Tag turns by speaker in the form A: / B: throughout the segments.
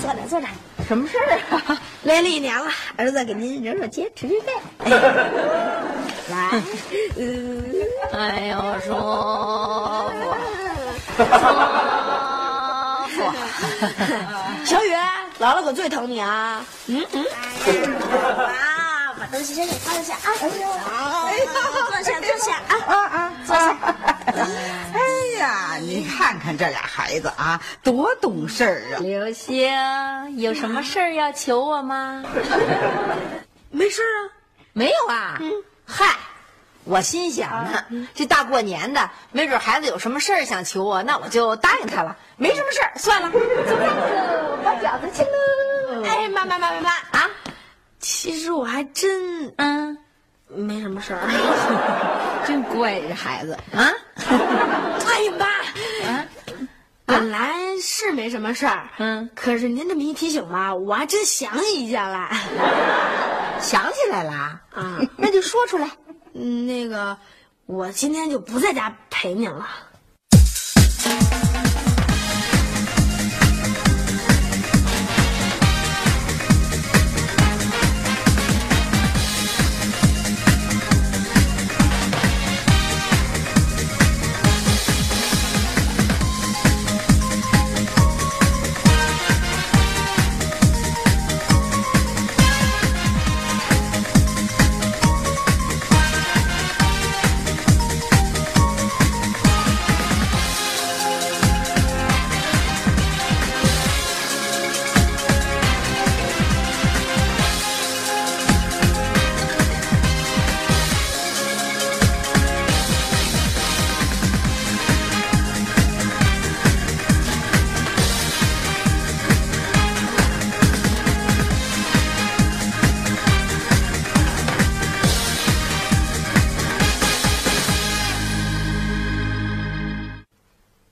A: 坐着坐着，
B: 什么事儿啊？
A: 来了一年了，儿子给您揉揉肩、捶捶背。来，嗯，
B: 哎呦，舒服，舒
A: 小雨，姥姥可最疼你啊！嗯嗯，妈，把东西先给放下啊！哎呦，坐下坐下啊！
C: 啊啊！哎呀，你看看这俩孩子啊，多懂事儿啊！
B: 服。刘星，有什么事儿要求我吗？
A: 没事啊，嗯
B: 没有啊。嗨，我心想呢，这大过年的，没准孩子有什么事儿想求我，那我就答应他了。没什么事儿，算了。走吧，包饺子去喽。哎，妈妈妈妈妈啊，
A: 其实我还真
B: 嗯，
A: 没什么事儿。
B: 真乖这孩子 啊。
A: 哎呀妈！
B: 啊
A: 本来是没什么事儿，
B: 嗯，
A: 可是您这么一提醒吧，我还真想起一件来。
B: 想起来了啊，
A: 啊，
B: 那就说出来。
A: 嗯那个，我今天就不在家陪您了。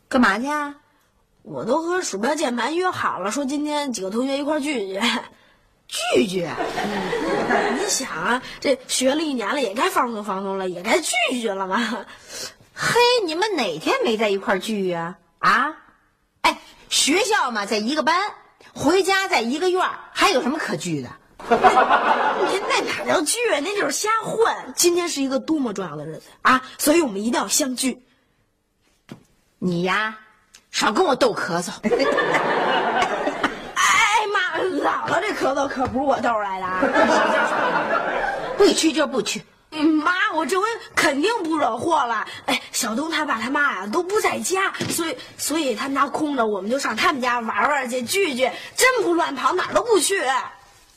B: 干嘛去啊？
A: 我都和鼠标键盘约好了，说今天几个同学一块儿聚聚。
B: 拒绝。
A: 啊 你想啊，这学了一年了，也该放松放松了，也该聚聚了嘛。
B: 嘿，你们哪天没在一块儿聚呀、啊？啊，哎，学校嘛，在一个班，回家在一个院儿，还有什么可聚的？
A: 您那哪叫聚啊？那就是瞎混。今天是一个多么重要的日子啊！所以我们一定要相聚。
B: 你呀，少跟我逗咳嗽。
A: 哎妈，姥姥这咳嗽可不是我逗来的啊！
B: 不许去就不去。
A: 嗯妈，我这回肯定不惹祸了。哎，小东他爸他妈呀都不在家，所以所以他们家空着，我们就上他们家玩玩去聚聚，真不乱跑，哪儿都不去。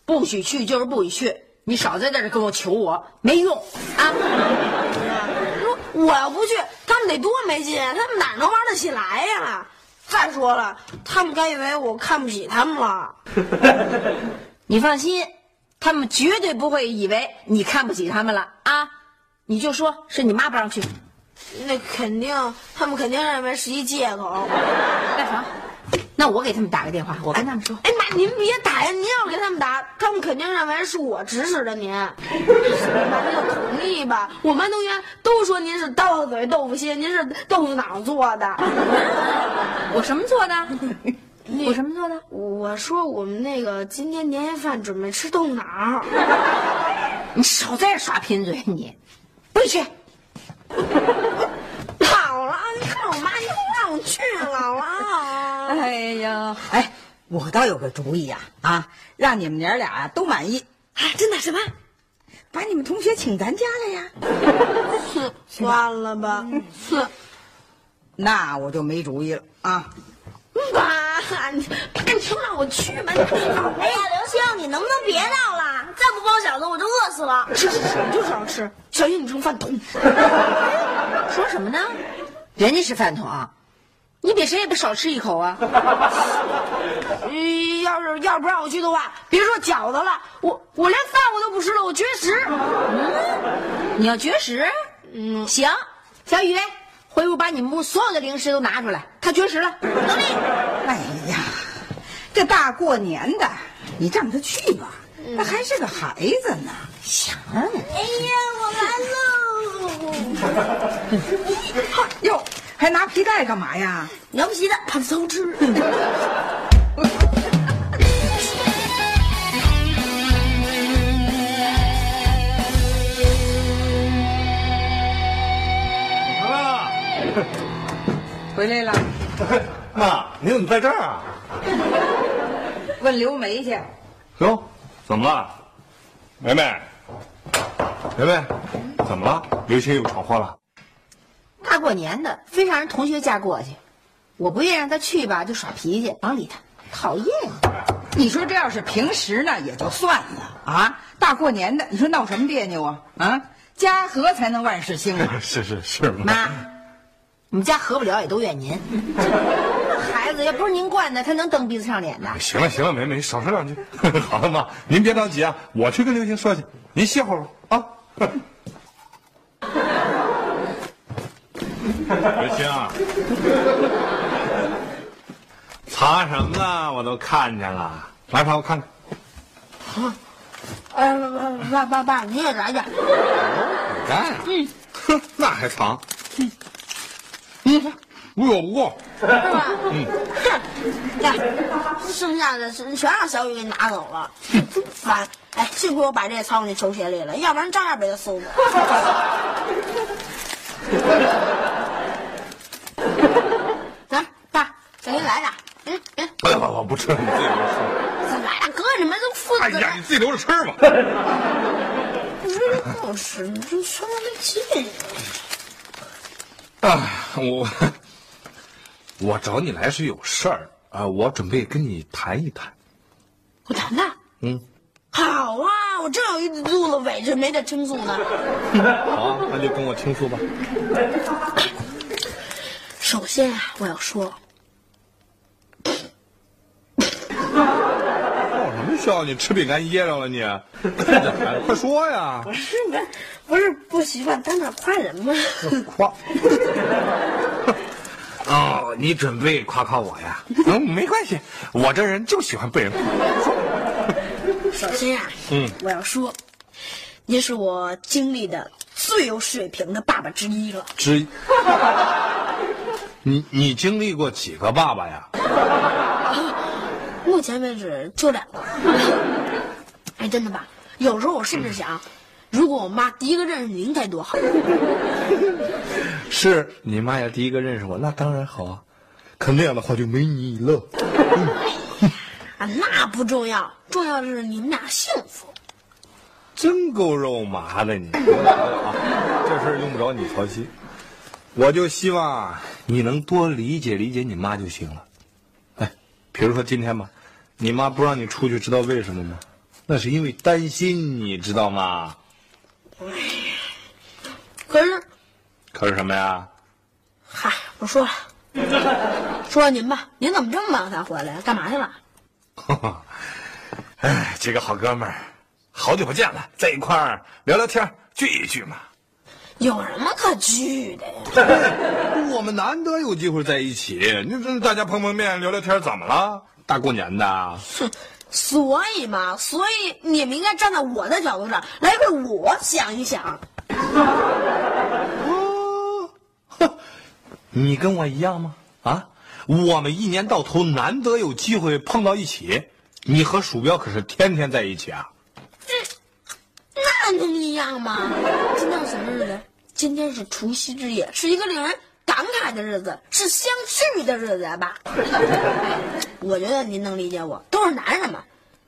B: 不许去就是不许去，你少在这儿跟我求我，没用啊！
A: 说我要不去，他们得多没劲，啊！他们哪能玩得起来呀？再说了，他们该以为我看不起他们了。
B: 你放心，他们绝对不会以为你看不起他们了啊！你就说是你妈不让去，
A: 那肯定，他们肯定认为是一借口。
B: 干啥？那我给他们打个电话，我跟他们说。
A: 哎妈，您别打呀！您要给他们打，他们肯定认为是我指使的您。妈，您就同意吧。我们班同学都说您是刀子嘴豆腐心，您是豆腐脑做的。
B: 我什么做的？我什么做的？
A: 我说我们那个今天年夜饭准备吃豆腐脑儿，
B: 你少在这耍贫嘴，你不许去。
A: 姥姥，你看我妈又让我去姥姥。
B: 哎呀，
C: 哎，我倒有个主意呀、啊，让你们娘俩啊都满意，
A: 哎，真的什么？
C: 把你们同学请咱家来呀。
A: 哼，算了吧。哼，
C: 那我就没主意了啊！
A: 妈，你你就让我去吧。你
D: 哎呀，刘星，你能不能别闹了？再不包饺子我就饿死了。
A: 吃吃吃，就是要吃，小心你成饭桶。
C: 啊
B: 说什么呢？人家是饭桶，你比谁也不少吃一口啊！
A: 呃要是要不让我去的话，别说饺子了，我我连饭我都不吃了，我绝食。
B: 你要绝食？嗯，行，小雨，回屋把你们屋所有的零食都拿出来。他绝食了，能力。
C: 哎呀，这大过年的，你让他去吧，他还是个孩子呢。
D: 哎呀，我来喽！
C: 哟，还拿皮带干嘛呀？
A: 凉皮蛋怕馊吃。
E: 啊，
C: 回来了，
E: 妈，你怎么在这儿啊？
C: 问刘梅去。
E: 哟，怎么了？梅梅，梅梅，怎么了？刘星又闯祸了？
B: 大过年的，非让人同学家过去，我不愿意让他去吧，就耍脾气，甭理他，讨厌。
C: 你说这要是平时呢也就算了啊，大过年的，你说闹什么别扭啊？啊，家和才能万事兴啊！
E: 是是是，妈，
B: 妈，
A: 啊
B: 你们家合不了也都怨您。那孩子要不是您惯的，他能蹬鼻子上脸的？
E: 哎行了行了，梅梅，少说两句。 好了，妈，您别着急啊，我去跟刘星说去，您歇会儿吧啊。 刘星，啊藏什么呢？我都看见了，来吧，我看看。
A: 哎，爸爸爸，你也来点。
E: 干啊？嗯，哼，那还藏？嗯，无有不过。
A: 嗯剩下的是全让小雨给拿走了，真烦！哎，幸亏我把这藏我那球鞋里了，要不然照样被他搜过。 来，爸，再给你来点。嗯嗯，
E: 不不，我不吃，你自己留 着吃。
A: 咱来哎点，哥，你们都父
E: 哎
A: 子
E: 呀，
A: 了
E: 你，自己留着吃 吧。
A: 你说这不好吃，你这说话没劲。
E: 哎，我我找你来是有事儿啊、我准备跟你谈一谈。
A: 我谈谈。
E: 嗯。
A: 好啊，我正有一肚子委屈没得倾诉呢。
E: 好啊，那就跟我倾诉吧。
A: 首先啊，我要说，
E: 笑哦什么笑？你吃饼干噎着了你？啊快说呀！
A: 是不是不是不习惯当面夸人吗？
E: 夸。哦，你准备夸夸我呀？嗯，没关系，我这人就喜欢被人夸。
A: 首先啊，嗯，我要说，您是我经历的最有水平的爸爸之一了。
E: 之一。 你你经历过几个爸爸呀？
A: 目前为止就两个。 哎，真的吧？有时候我甚至想，如果我妈第一个认识您该多好。
E: 是你妈呀，第一个认识我，那当然好啊。可那样的话就没你了。
A: 啊，那不重要，重要的是你们俩幸福。
E: 真够肉麻的你！啊这事儿用不着你操心，我就希望啊你能多理解理解你妈就行了。哎，比如说今天吧，你妈不让你出去，知道为什么吗？那是因为担心你，知道吗？
A: 可是，
E: 可是什么呀？
A: 嗨，不说了，说说您吧，您怎么这么晚才回来？干嘛去了？
E: 哎，几个好哥们儿，好久不见了，在一块儿聊聊天儿，聚一聚嘛。
A: 有什么可聚的呀？
E: 我们难得有机会在一起，你这大家碰碰面聊聊天，怎么了？大过年的，
A: 哼，所以嘛，所以你们应该站在我的角度上来为我想一想。
E: 你跟我一样吗？啊，我们一年到头难得有机会碰到一起，你和鼠标可是天天在一起啊。
A: 那能一样吗？今天是什么日子？今天是除夕之夜，是一个令人感慨的日子，是相聚的日子呀，爸。 我觉得您能理解我，都是男人嘛。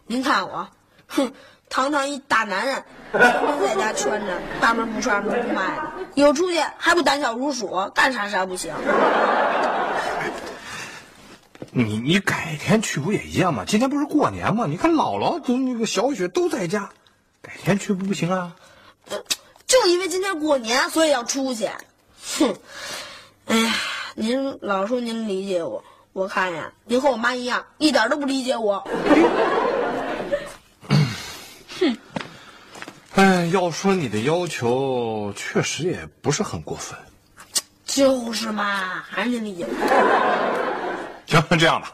A: 您看我， 哼，堂堂一大男人，天天在家圈着，大门不出二门不迈的，有出息还不胆小如鼠，干啥啥不行。
E: 你你改天去不也一样吗？今天不是过年吗？你看姥姥跟那个小雪都在家，改天去不不行啊？
A: 就因为今天过年，所以要出去。哼，哎呀，您老说您理解我，我看呀，您和我妈一样，一点都不理解我。
E: 哎，要说你的要求确实也不是很过分。
A: 就是嘛，还是您理解我。
E: 行，这样吧，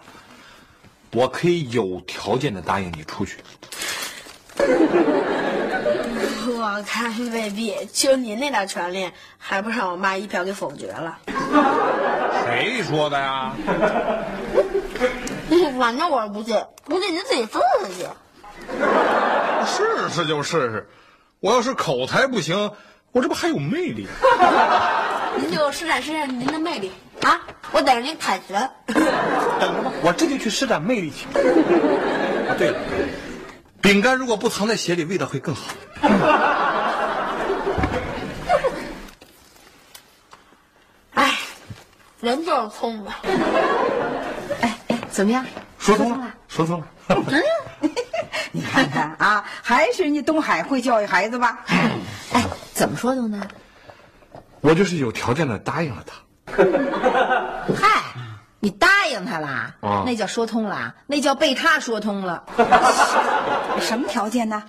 E: 我可以有条件的答应你出去。
A: 我看未必，就您那点权利，还不让我妈一票给否决了。
E: 谁说的呀？
A: 反正我是不信，不信您自己试试去。
E: 试试就试试，我要是口才不行，我这不还有魅力？
A: 您就施展施展您的魅力啊！我等着您凯旋。
E: 等着吧， 我这就去施展魅力去。啊，对了，饼干如果不藏在鞋里，味道会更好。
A: 哎，人就是聪明。
B: 怎么样？
E: 说通了，说通了。
C: 你看看啊，还是人家东海会教育孩子吧？
B: 哎，怎么说的呢？
E: 我就是有条件的答应了他。
B: 嗨，你答应他啦？
E: 啊
B: 那叫说通了啊，那叫被他说通了。
C: 什么条件呢？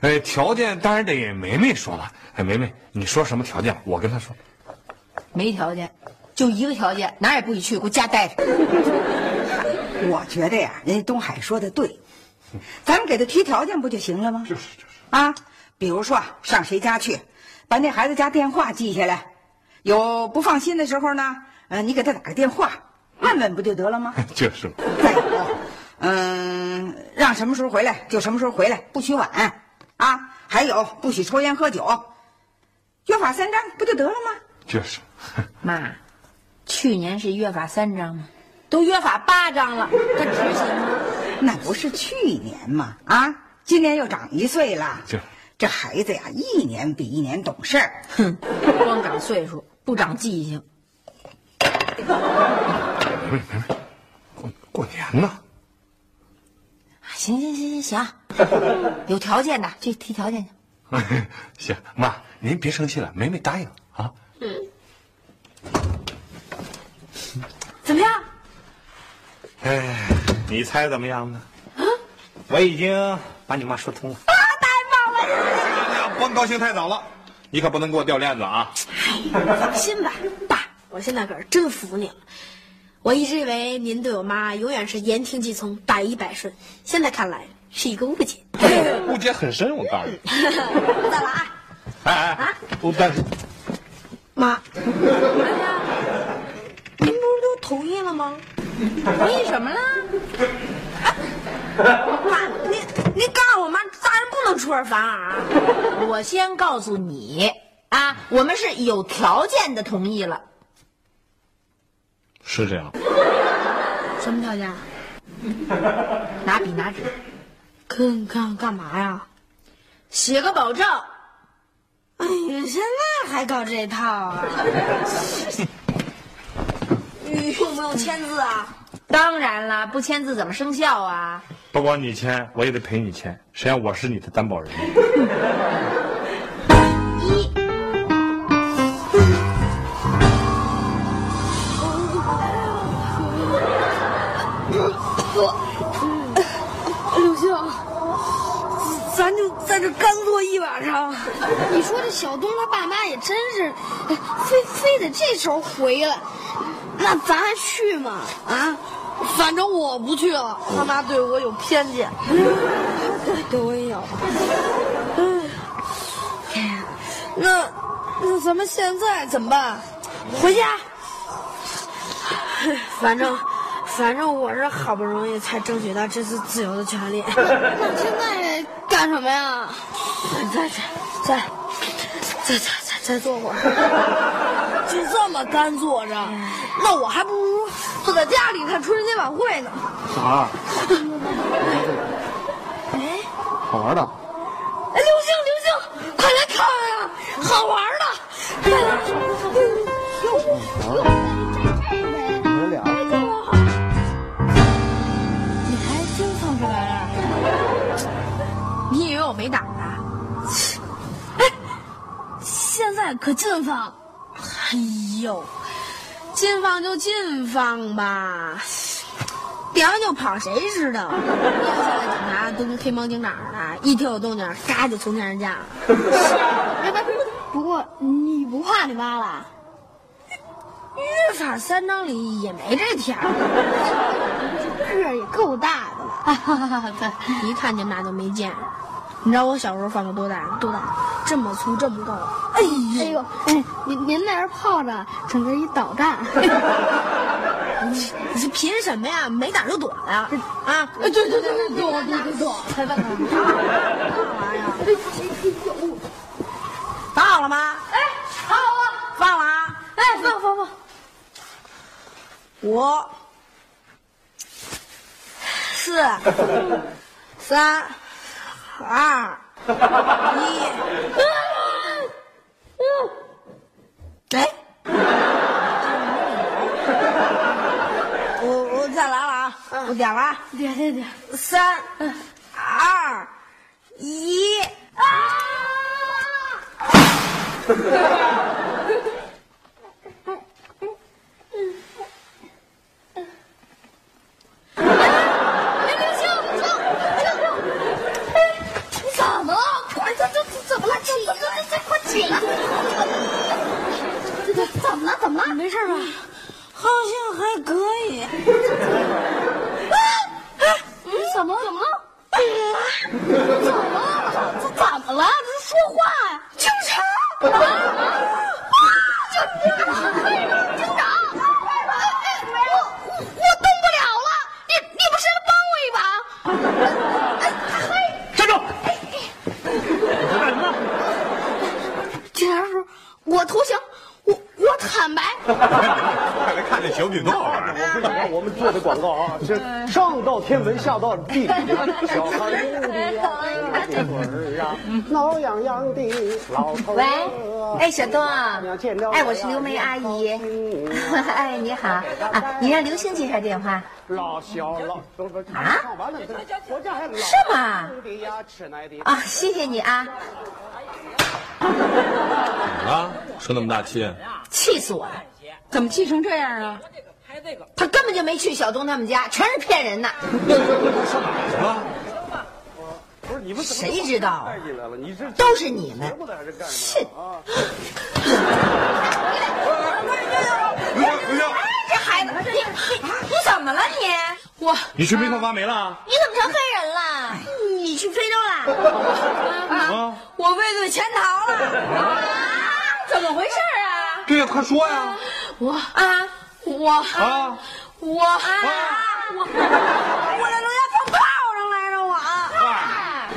E: 哎，条件当然得梅梅说了。哎，梅梅，你说什么条件？我跟她说。
B: 没条件，就一个条件，哪儿也不许去，给我家待着。
C: 我觉得呀，人家东海说的对，咱们给他提条件不就行了吗？就是就是啊，比如说啊上谁家去，把那孩子家电话记下来，有不放心的时候呢，呃，你给他打个电话问问不就得了 吗？
E: 就是，
C: 再有，嗯、让什么时候回来就什么时候回来，不许晚啊。还有，不许抽烟喝酒，约法三章不就得了吗？
E: 就是。
B: 妈，去年是约法三章吗？都约法八章了，他执行吗？
C: 那不是去年嘛？啊，今年又长一岁了。
E: 这
C: 这孩子呀，一年比一年懂事儿。
B: 哼，光长岁数，不长记性。
E: 过过年呢，
B: 啊行行行行行，有条件的去提条件去。
E: 行，妈，您别生气了，梅梅答应了啊。
B: 怎么样？
E: 哎，你猜怎么样呢？我已经把你妈说通了。啊，太棒了！甭高兴太早了，你可不能给我掉链子啊！
A: 放心吧，爸，我现在可是真服你了。我一直以为您对我妈永远是言听计从、百依百顺，现在看来是一个误 解。
E: 误解很深，我告诉你。
A: 知道了啊，
E: 哎哎，我但是
A: 妈， 您不是都同意了吗？
B: 同意什么了？
A: 哎妈，您您告诉我妈，大人不能出尔反尔啊。
B: 我先告诉你啊，我们是有条件的同意了。
E: 是这样。
A: 什么条件？
B: 拿笔拿纸，
A: 干干干嘛呀？
B: 写个保证。
A: 哎呀，现在还搞这套啊？ 用不用签字啊？
B: 当然啦，不签字怎么生效啊？
E: 不光你签，我也得陪你签。谁让我是你的担保人？
A: 刘秀，咱就在这干坐一晚上。
D: 你说这小东他爸妈也真是，哎非非得这时候回来，那咱还去吗？
A: 啊，反正我不去了，他妈对我有偏见。 对我也有。嗯哎呀，那那咱们现在怎么办？回家。反正反正我是好不容易才争取到这次自由的权利。
D: 那现在干什么呀？
A: 再再再再再再再坐会儿，哎就这么干坐着，那我还不如坐在家里看春节晚会呢。
E: 小孩儿，好玩的。
A: 哎，刘星，刘星，快来看啊，好玩的！
D: 你还真放出来了。
B: 你以为我没打呢？
A: 哎
D: 现在可劲放，
A: 哎呦，禁放就禁放吧，逮完就跑，谁知道？要下来警察都跟黑猫警长似的，一听有动静，嘎就从天而降了。
D: 哎不过你不怕你妈了？
A: 约法三章里也没这条儿，
D: 个儿也够大的了。
A: 一看见那就没见识。你知道我小时候放的多大？多大？这么粗，这么高。
D: 哎呦，哎，您您在这泡着，整个一导弹。
A: 你是凭什么呀？没胆就躲了啊！啊，对对对对，躲躲躲躲，快快快！啥玩意儿？放好了吗？哎，放好了，放了啊！哎，放放放。五、四、三、二、一。哎，我我再来了啊！我点了啊。
D: 对对对，
A: 三、二、一，啊！
D: 你怎么了？快，这这这怎么了？这这这这快起来！这这怎么了？怎么了？没事吧？
A: 好像还可以。
D: 你怎么了？怎么了？怎么了？这怎么了？这说话呀！警察！我投降，我我坦白，
E: 快来看这小品多好玩儿！
F: 我跟你说，我们做的广告啊，是上到天文，下到地理，小康啊挠痒痒的老头儿
B: 喂，哎，小东啊
F: 见着，
B: 哎，我是刘梅阿 姨，哎，你好，啊，你让刘星接下电话，
F: 老小老不是
B: 啊
F: 唱完了，我这还老
B: 是吗？
F: 的呀，吃奶的。
B: 啊，谢谢你啊，
E: 啊，生那么大气，
B: 气死我了，
C: 怎么气成这样啊？
B: 他根本就没去小东他们家，全是骗 人的，
E: 什么？
F: 不是你们怎么
B: 谁知道啊
F: 带进来了？你这
B: 都是你们
F: 节目的还是干什
B: 是
F: 么的啊？
E: 刘星，刘星，
B: 这孩子，你你你怎么了你？
E: 你是被他发霉了啊？
B: 你怎么成黑人了？
A: 你去非洲啦？
E: 啊，
B: 我畏罪潜逃了，啊，怎么回事啊？
E: 对呀，快说呀！
B: 我啊，我
E: 啊，
B: 我啊，我我在楼下啊放炮上来着，我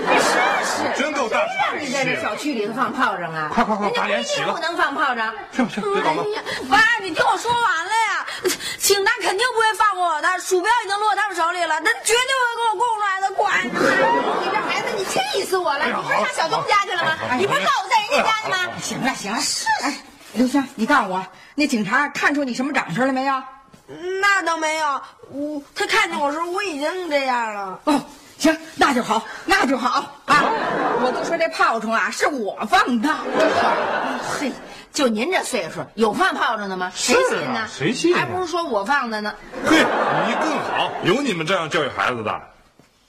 E: 快，
B: 是是。
E: 真够大哎
B: 让你在这小区里头放炮仗啊！
E: 快快快
B: 人家
E: 把脸洗了
B: 不能放炮仗。
E: 去吧去吧，别捣乱。
A: 爸，哎你听我说完了呀！警察肯定不会放过我的，鼠标已经落他们手里了，他绝对会给我供出来的，滚！
B: 你这孩子，你气死我了！你不是上小东家去了吗？你不是告诉在人家家去吗？
C: 行了行了，哎，刘星，你告诉我，那警察看出你什么长相了没有？啊
A: 嗯那倒没有，我他看见我时候我已经这样了。
C: 哦，行，那就好，那就好啊！我就说这炮仗啊，是我放的。
B: 嘿，就您这岁数，有放炮仗的吗？谁信呢？
E: 是啊谁信啊
B: 还不如说我放的呢。
E: 嘿，你更好，有你们这样教育孩子的。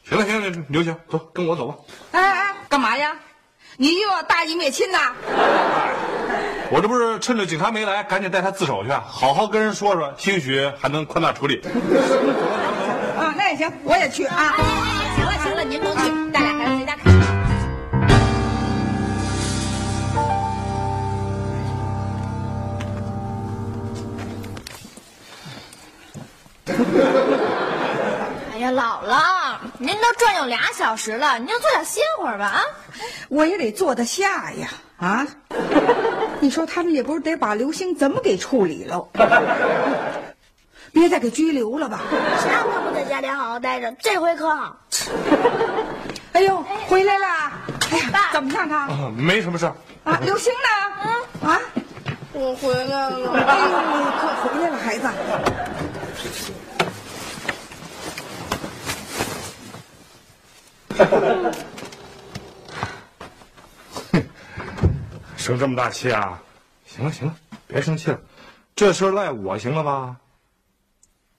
E: 行了行了，刘星，走，跟我走吧。
C: 哎哎，干嘛呀？你又要大义灭亲呐？
E: 我这不是趁着警察没来，赶紧带他自首去，啊好好跟人说说，兴许还能宽大处理。
C: 啊，那也行，我也去啊。
B: 行了行了，您甭去，带俩孩子回家 看。
D: 哎呀，姥姥，您都转悠俩小时了，您就坐下歇会儿吧啊！
C: 我也得坐得下呀！啊， 你说他们也不是得把刘星怎么给处理喽？别再给拘留了吧！
D: 谁让他不在家里好好待着，这回可好。
C: 哎呦，回来啦！哎呀，怎么样他？
E: 啊没什么事儿，
C: 啊，刘星呢？啊，
A: 嗯我回来了。
C: 哎呦，你快回来了，孩子。
E: 生这么大气啊！行了行了，别生气了，这事儿赖我行了吧？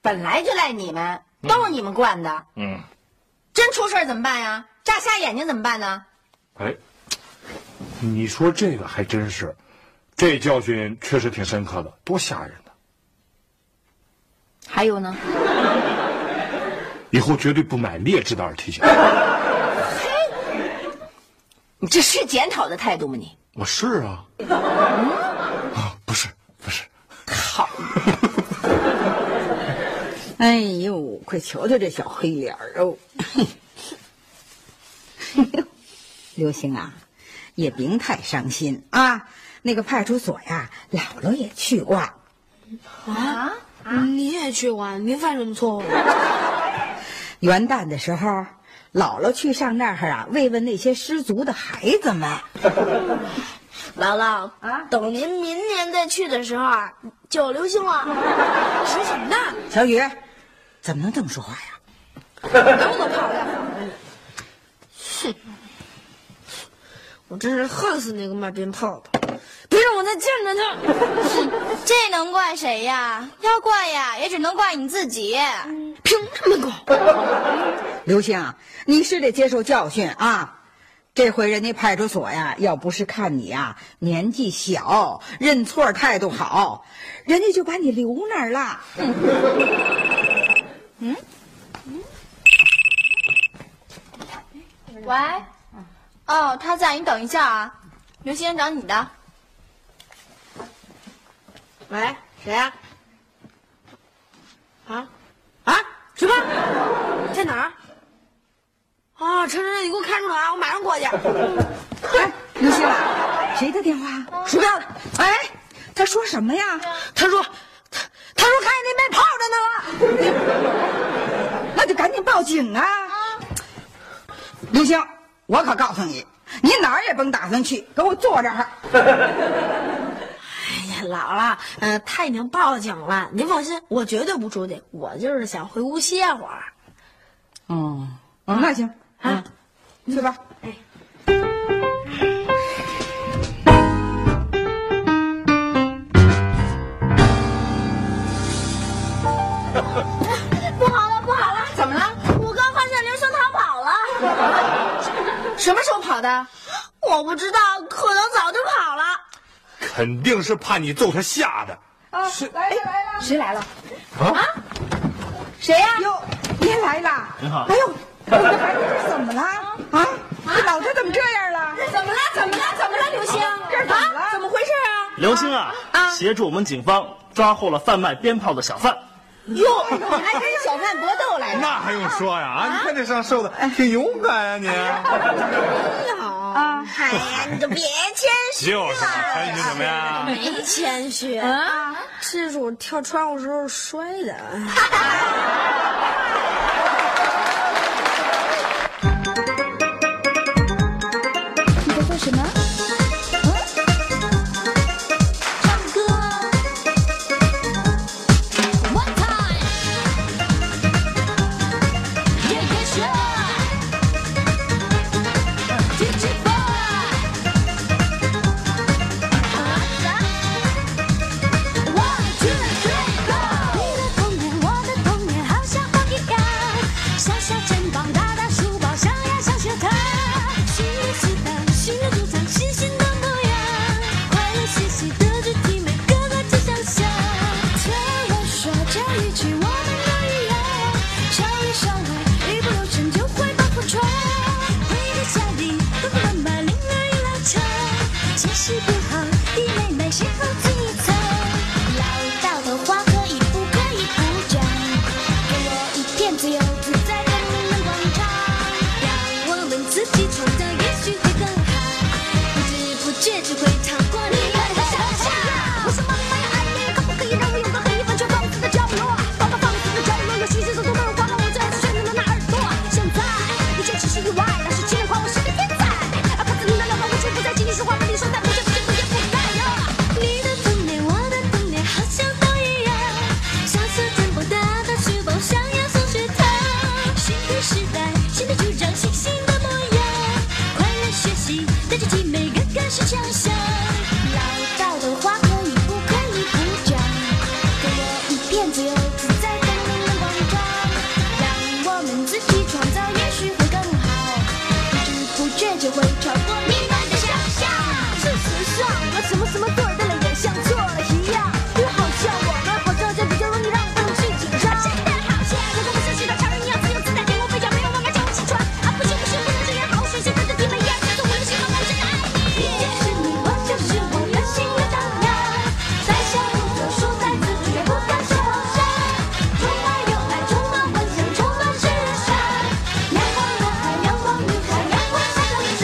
B: 本来就赖你们，都是你们惯的。
E: 嗯，
B: 真出事儿怎么办呀？炸瞎眼睛怎么办呢？
E: 哎，你说这个还真是，这教训确实挺深刻的，多吓人呐！
B: 还有呢？
E: 以后绝对不买劣质的耳提醒。
B: 你这是检讨的态度吗你？
E: 我是啊，啊，不是不是，
C: 哎呦，快瞧瞧这小黑脸儿 哦！刘星啊，也别太伤心啊。那个派出所呀，姥姥也去过。
D: 你也去过，你犯什么错误？
C: 元旦的时候，姥姥去上那儿啊慰问那些失足的孩子们。
A: 姥姥啊，等您明年再去的时候啊，就有流星了。 说什么呢？
C: 小雨，怎么能这么说话呀？
D: 我真是恨死那个卖鞭炮的！别让我再见着他！
G: 这能怪谁呀？要怪呀，也只能怪你自己。
D: 凭什么狗？
C: 刘星啊，你是得接受教训啊！这回人家派出所呀，要不是看你呀、年纪小、认错态度好，人家就把你留那儿了。
G: 喂，哦，他在，你等一下啊。刘先生找你的，
D: 喂，谁呀、啊？啊啊！什么？在哪儿？啊，陈晨，你给我看住了啊！我马上过去。
C: 哎，刘星啊，谁的电话？
D: 鼠标子，
C: 哎，他说什么呀？
D: 他说，他他说看见那卖炮的呢了。
C: 那就赶紧报警啊！刘星，我可告诉你，你哪儿也甭打算去，给我坐这儿。
D: 哎呀，姥姥，嗯、他已经报警了，您放心，我绝对不出去，我就是想回屋歇会儿。
C: 哦，那行啊，去吧。
G: 不好了，不好了，怎么了？我刚发现刘星逃跑 了，
B: 什么时候跑的？
G: 我不知道，可能早就跑了。
E: 肯定是怕你揍他吓的。
B: 谁来了？
G: 谁呀？
C: 哟，您来啦！您好。哎呦，我的孩子这怎么了？啊，这脑袋怎么这样了？
G: 怎么了？怎么了？怎么了？刘星，啊
C: 这儿怎么了？怎么回事？
H: 刘星啊，协助我们警方抓获了贩卖鞭炮的小贩。
B: 哟，你还跟小贩搏斗来了？
E: 那还用说呀？啊，你看这伤受的挺勇敢啊呀、
G: 哎呀，你就别谦
E: 你。
G: 虚
E: 就是嘛，还哎你什么呀？
A: 没谦虚，
D: 这是我跳窗户时候摔的。啊
G: 唱歌。One time，夜夜学，DJ boy，One two three go。你的童年，我的童年，好像梦一样，小小肩膀，大大书包，上呀上学堂，寻觅子弹，寻着主张，新鲜的模样，快乐嘻嘻，德智体美，个个真想象。听我说这一句，我们都一样，少里少外，一不留神就会把火闯。回到家里，爸爸妈妈铃儿一拉长，学习不好，弟妹妹谁好自己藏。老道的话可以不可以不讲？给我一片自由自在的人们广场，让我们自己创造，也许会更好。不知不觉只会超过你们的想象。我说妈妈呀，哎呀，可不可以让我有个可以完全放肆的角落？爸爸放骗自由自在，光明能光照，让我们自己创造，也许会更好。不知不觉就会超过你们的想象。事实上，我什么什么对的了，也像错了一样。就好像我们好像就比较容易让不去紧张。真的好像如果不是寻找超人一样自由自在，天空飞翔，没有妈妈叫我起床。啊，不行不行，不能这样，好水现在的你们一样，我的心，妈妈真的爱你。你就是你，我就是我，任性的张扬，在小路走，输在自己，也不敢受伤。充满有爱，充满幻想，充满时尚。阳光男孩，阳光女孩，阳光闪耀着。